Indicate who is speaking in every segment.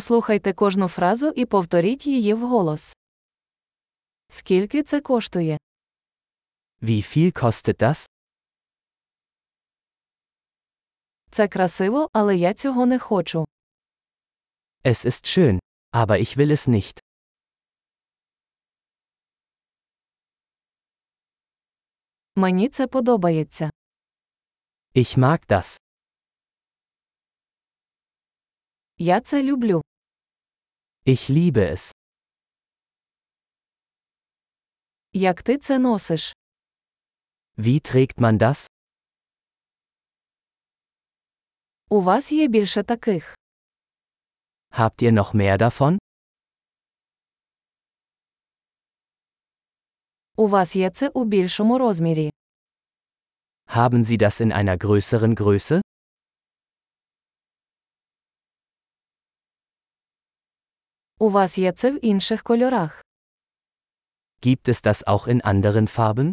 Speaker 1: Послухайте кожну фразу і повторіть її вголос. Скільки це коштує?
Speaker 2: Wie viel kostet das?
Speaker 1: Це красиво, але я цього не хочу.
Speaker 2: Es ist schön, aber ich will es nicht.
Speaker 1: Мені це подобається.
Speaker 2: Ich mag das.
Speaker 1: Я це люблю.
Speaker 2: Ich liebe es.
Speaker 1: Як ти це носиш?
Speaker 2: Wie trägt man das?
Speaker 1: У вас є більше таких.
Speaker 2: Habt ihr noch mehr davon?
Speaker 1: У вас є це у більшому розмірі.
Speaker 2: Haben Sie das in einer größeren Größe?
Speaker 1: У вас є це в інших кольорах.
Speaker 2: Gibt es das auch in anderen Farben?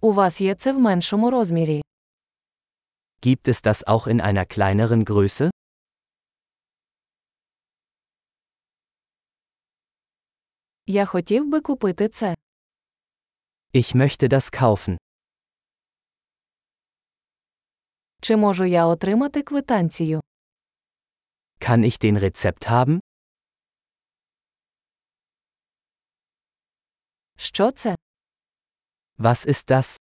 Speaker 1: У вас є це в меншому розмірі.
Speaker 2: Gibt es das auch in einer kleineren Größe?
Speaker 1: Я хотів би купити це.
Speaker 2: Ich möchte das kaufen.
Speaker 1: Чи можу я отримати квитанцію?
Speaker 2: Kann ich den Rezept haben?
Speaker 1: Що це?
Speaker 2: Was ist das?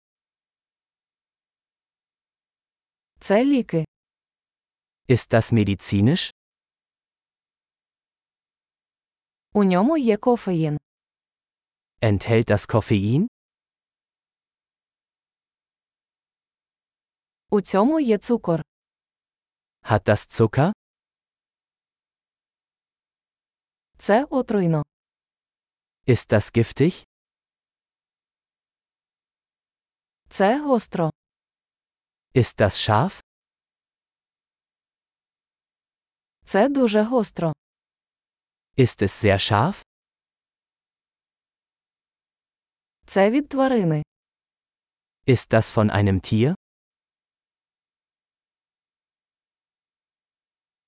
Speaker 1: Це ліки.
Speaker 2: Ist das medizinisch?
Speaker 1: У ньому є кофеїн.
Speaker 2: Enthält das Koffein?
Speaker 1: У цьому є цукор.
Speaker 2: Hat das Zucker?
Speaker 1: Це отруйно.
Speaker 2: Ist das giftig?
Speaker 1: Це гостро.
Speaker 2: Ist das scharf?
Speaker 1: Це дуже гостро.
Speaker 2: Ist es sehr scharf?
Speaker 1: Це від тварини.
Speaker 2: Ist das von einem Tier?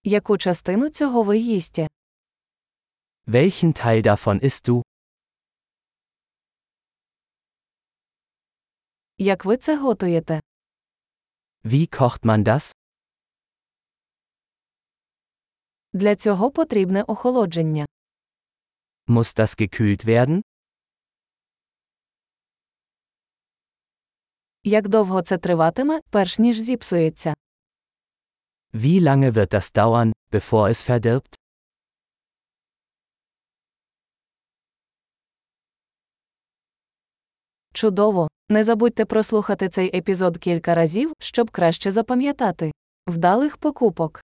Speaker 1: Яку частину цього ви їсте?
Speaker 2: Welchen Teil davon isst du?
Speaker 1: Як ви це готуєте?
Speaker 2: Wie kocht man das?
Speaker 1: Для цього потрібне охолодження.
Speaker 2: Muss das gekühlt werden?
Speaker 1: Як довго це триватиме, перш ніж зіпсується?
Speaker 2: Wie lange wird das dauern, bevor es verdirbt?
Speaker 1: Чудово! Не забудьте прослухати цей епізод кілька разів, щоб краще запам'ятати. Вдалих покупок!